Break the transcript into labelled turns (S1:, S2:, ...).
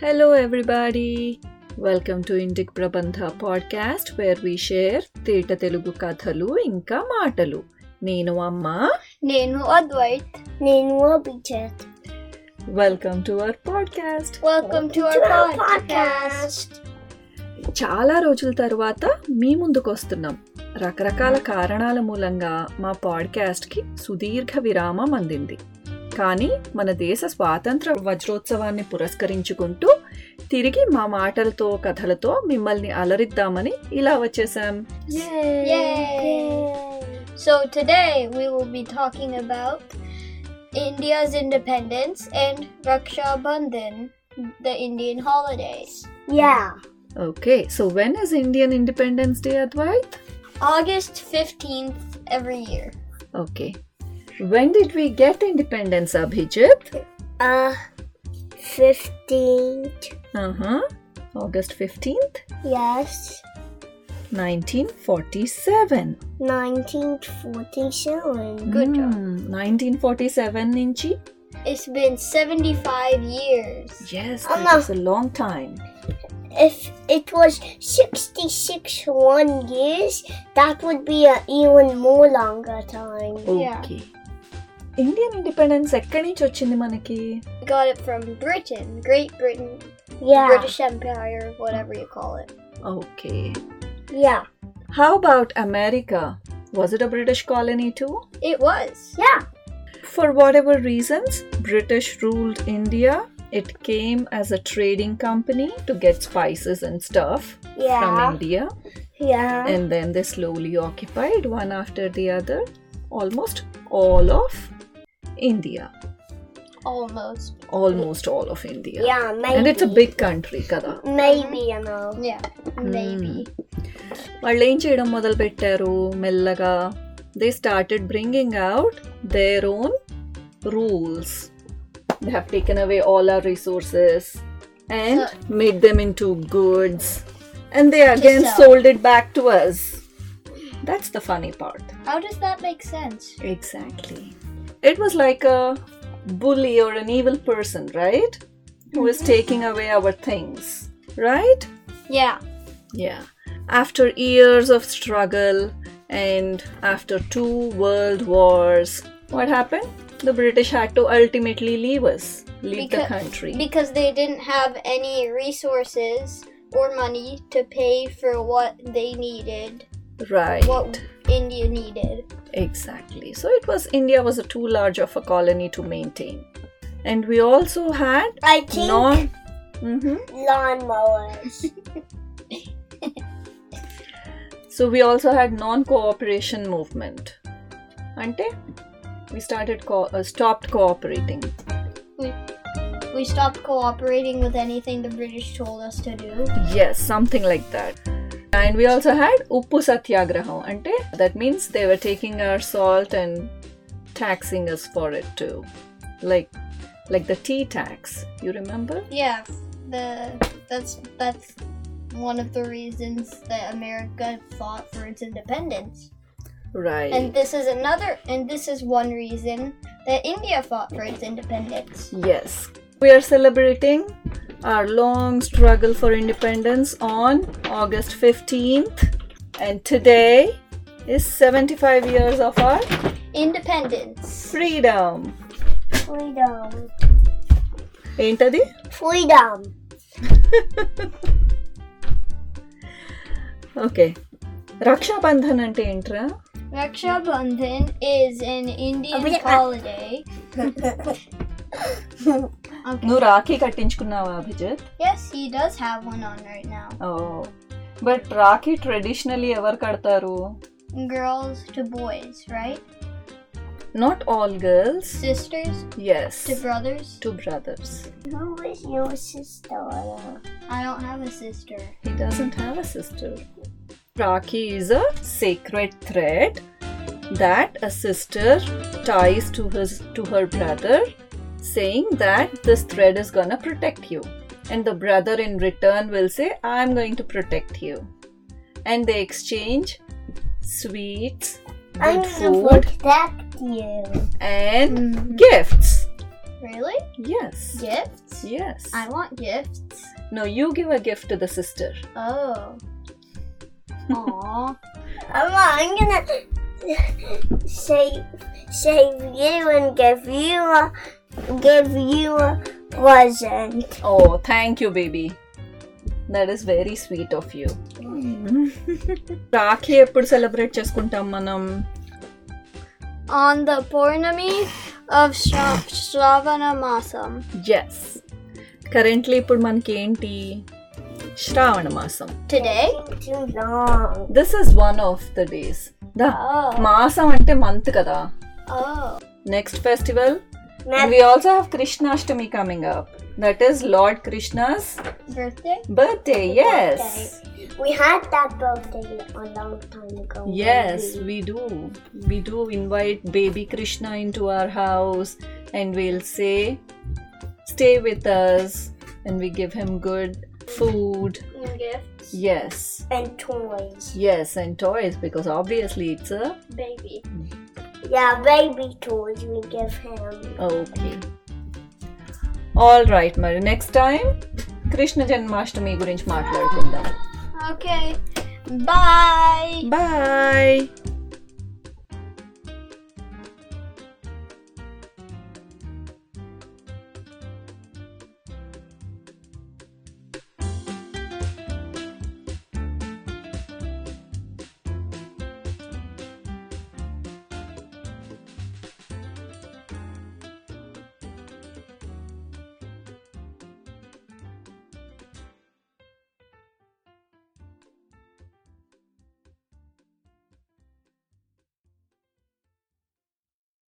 S1: Hello, everybody. Welcome to Indic Prabandha podcast, where we share తేట తెలుగు కథలు ఇంకా మాటలు నేను అమ్మ
S2: నేను అద్వైత్ నేను Abhijit
S1: welcome to our podcast
S2: welcome to our podcast
S1: చాలా రోజుల తర్వాత మీ ముందుకు వస్తున్నాం రకరకాల కారణాల మూలంగా మా పాడ్కాస్ట్కి సుదీర్ఘ విరామం అందింది కానీ మన దేశ స్వాతంత్ర వజ్రోత్సవాన్ని పురస్కరించుకుంటూ తిరిగి మా మాటలతో కథలతో మిమ్మల్ని అలరిద్దామని ఇలా వచ్చేసాం
S2: Yay! So today we will be talking about India's independence and Raksha Bandhan, the Indian holidays.
S3: Yeah.
S1: Okay, so when is Indian Independence Day, Advait?
S2: August 15th every year.
S1: Okay. When did we get independence, Abhijit?
S3: Uh, 15th.
S1: Uh huh. August 15th,
S3: Yes.
S1: 1947.
S3: 1947.
S2: Good job.
S1: Hmm, 1947 Ninchi?
S2: It's been 75 years.
S1: Yes,
S3: Amma.
S1: that is a long time.
S3: If it was 66 one years, that would be an even more longer time.
S2: Yeah.
S1: Okay. Indian independence ఎక్కడి నుంచి వచ్చింది మనకి
S2: We got it from Britain, Great Britain,
S3: Yeah.
S2: British Empire, whatever you call it.
S1: Okay
S3: Yeah.
S1: How about America was it a British colony too
S2: It was.
S3: Yeah.
S1: For whatever reasons, British ruled India. It came as a trading company to get spices and stuff from
S3: Yeah.
S1: India,
S3: Yeah.
S1: and then they slowly occupied one after the other almost all of India.
S2: Almost.
S1: Almost all of India.
S3: Yeah, maybe.
S1: And it's a big country kada.
S3: Maybe, you know.
S2: Yeah. Maybe.
S1: వాళ్ళు ఏం చేయడం మొదలు పెట్టారు మెల్లగా they started bringing out their own rules they have taken away all our resources and made them in to goods and they again
S2: sell.
S1: Sold it back to us that's the funny part
S2: How does that make sense?
S1: Exactly it was like a bully or an evil person right who is taking away our things right
S2: Yeah.
S1: Yeah. After years of struggle and after two world wars, what happened? The British had to ultimately leave us, leave the
S2: Becau-
S1: country.
S2: Because they didn't have any resources or money to pay for what they needed,
S1: right.
S2: what India needed.
S1: Exactly. So it was India was a too large of a colony to maintain. And we also had
S3: I think
S1: non Mhm.
S3: lawnmowers.
S1: So we also had non-cooperation movement. Ante? We started co- uh, stopped cooperating.
S2: We stopped cooperating with anything the British told us to do.
S1: Yes, something like that. And we also had Uppu Satyagraha. Ante? That means they were taking our salt and taxing us for it too. Like like the tea tax. You remember?
S2: Yeah, the that's that's one of the reasons that America fought for its independence.
S1: Right.
S2: And this is another and this is one reason that India fought for its independence.
S1: yes. We are celebrating our long struggle for independence on August 15th. And today is 75 years of our
S2: Independence.
S1: freedom.
S3: Freedom.
S1: ఏంటది
S3: Freedom.
S1: Okay Rakshabandhan అంటే ఏంట్రా
S2: Raksha Bandhan is an Indian
S3: Abhi-
S2: holiday. okay.
S1: నువ్వు రాఖీ కట్టించుకున్నావా Abhijit
S2: Yes, he does have one on right now.
S1: Oh but rakhi traditionally ఎవరు కడతారు
S2: Girls to boys, right?
S1: Not all girls
S2: Sisters
S1: yes
S2: to brothers.
S1: To brothers
S3: Who is your sister?
S2: I don't have a sister.
S1: He doesn't have a sister. Rakhi is a sacred thread that a sister ties to his to her brother, saying that this thread is gonna protect you. And the brother in return will say, I'm going to protect you. And they exchange sweets,
S3: I'm
S1: good
S2: Ah,
S3: gonna
S1: food,
S3: protect you.
S1: and
S2: Mhm.
S1: gifts.
S2: Really?
S1: Yes.
S2: Gifts?
S1: Yes.
S2: I want gifts.
S1: No, you give a gift to the sister.
S2: Oh. Aww.
S3: I'm gonna save save you and give you a give you a present.
S1: Oh, thank you, baby. That is very sweet of you Rakhi ఎప్పుడు celebrate చేసుకుంటాం మనం
S2: On the Purnami of Shra- Shravana Masam.
S1: Yes currently ఇప్పుడు మనకి ఏంటి శ్రావణ మాసం
S2: Today?
S3: Too long.
S1: This is one of the days the
S2: Oh.
S1: మాసం అంటే month కదా
S2: Oh.
S1: Next festival
S3: Now
S1: we also have Krishnashtami coming up that is lord Krishna's
S2: Birthday?
S1: Birthday yes
S3: we had that birthday a long time ago.
S1: Yes, we do. We do invite baby Krishna into our house and we'll say, Stay with us, and we give him good food.
S2: Gifts?
S1: Yes,
S3: And toys.
S1: yes, and toys because obviously it's a
S2: Baby.
S3: Yeah, baby toys we give him.
S1: okay. All right, Mari. Next time, Krishna Janmashtami gurinchi maatladukundam.
S2: Okay. Bye.
S1: Bye.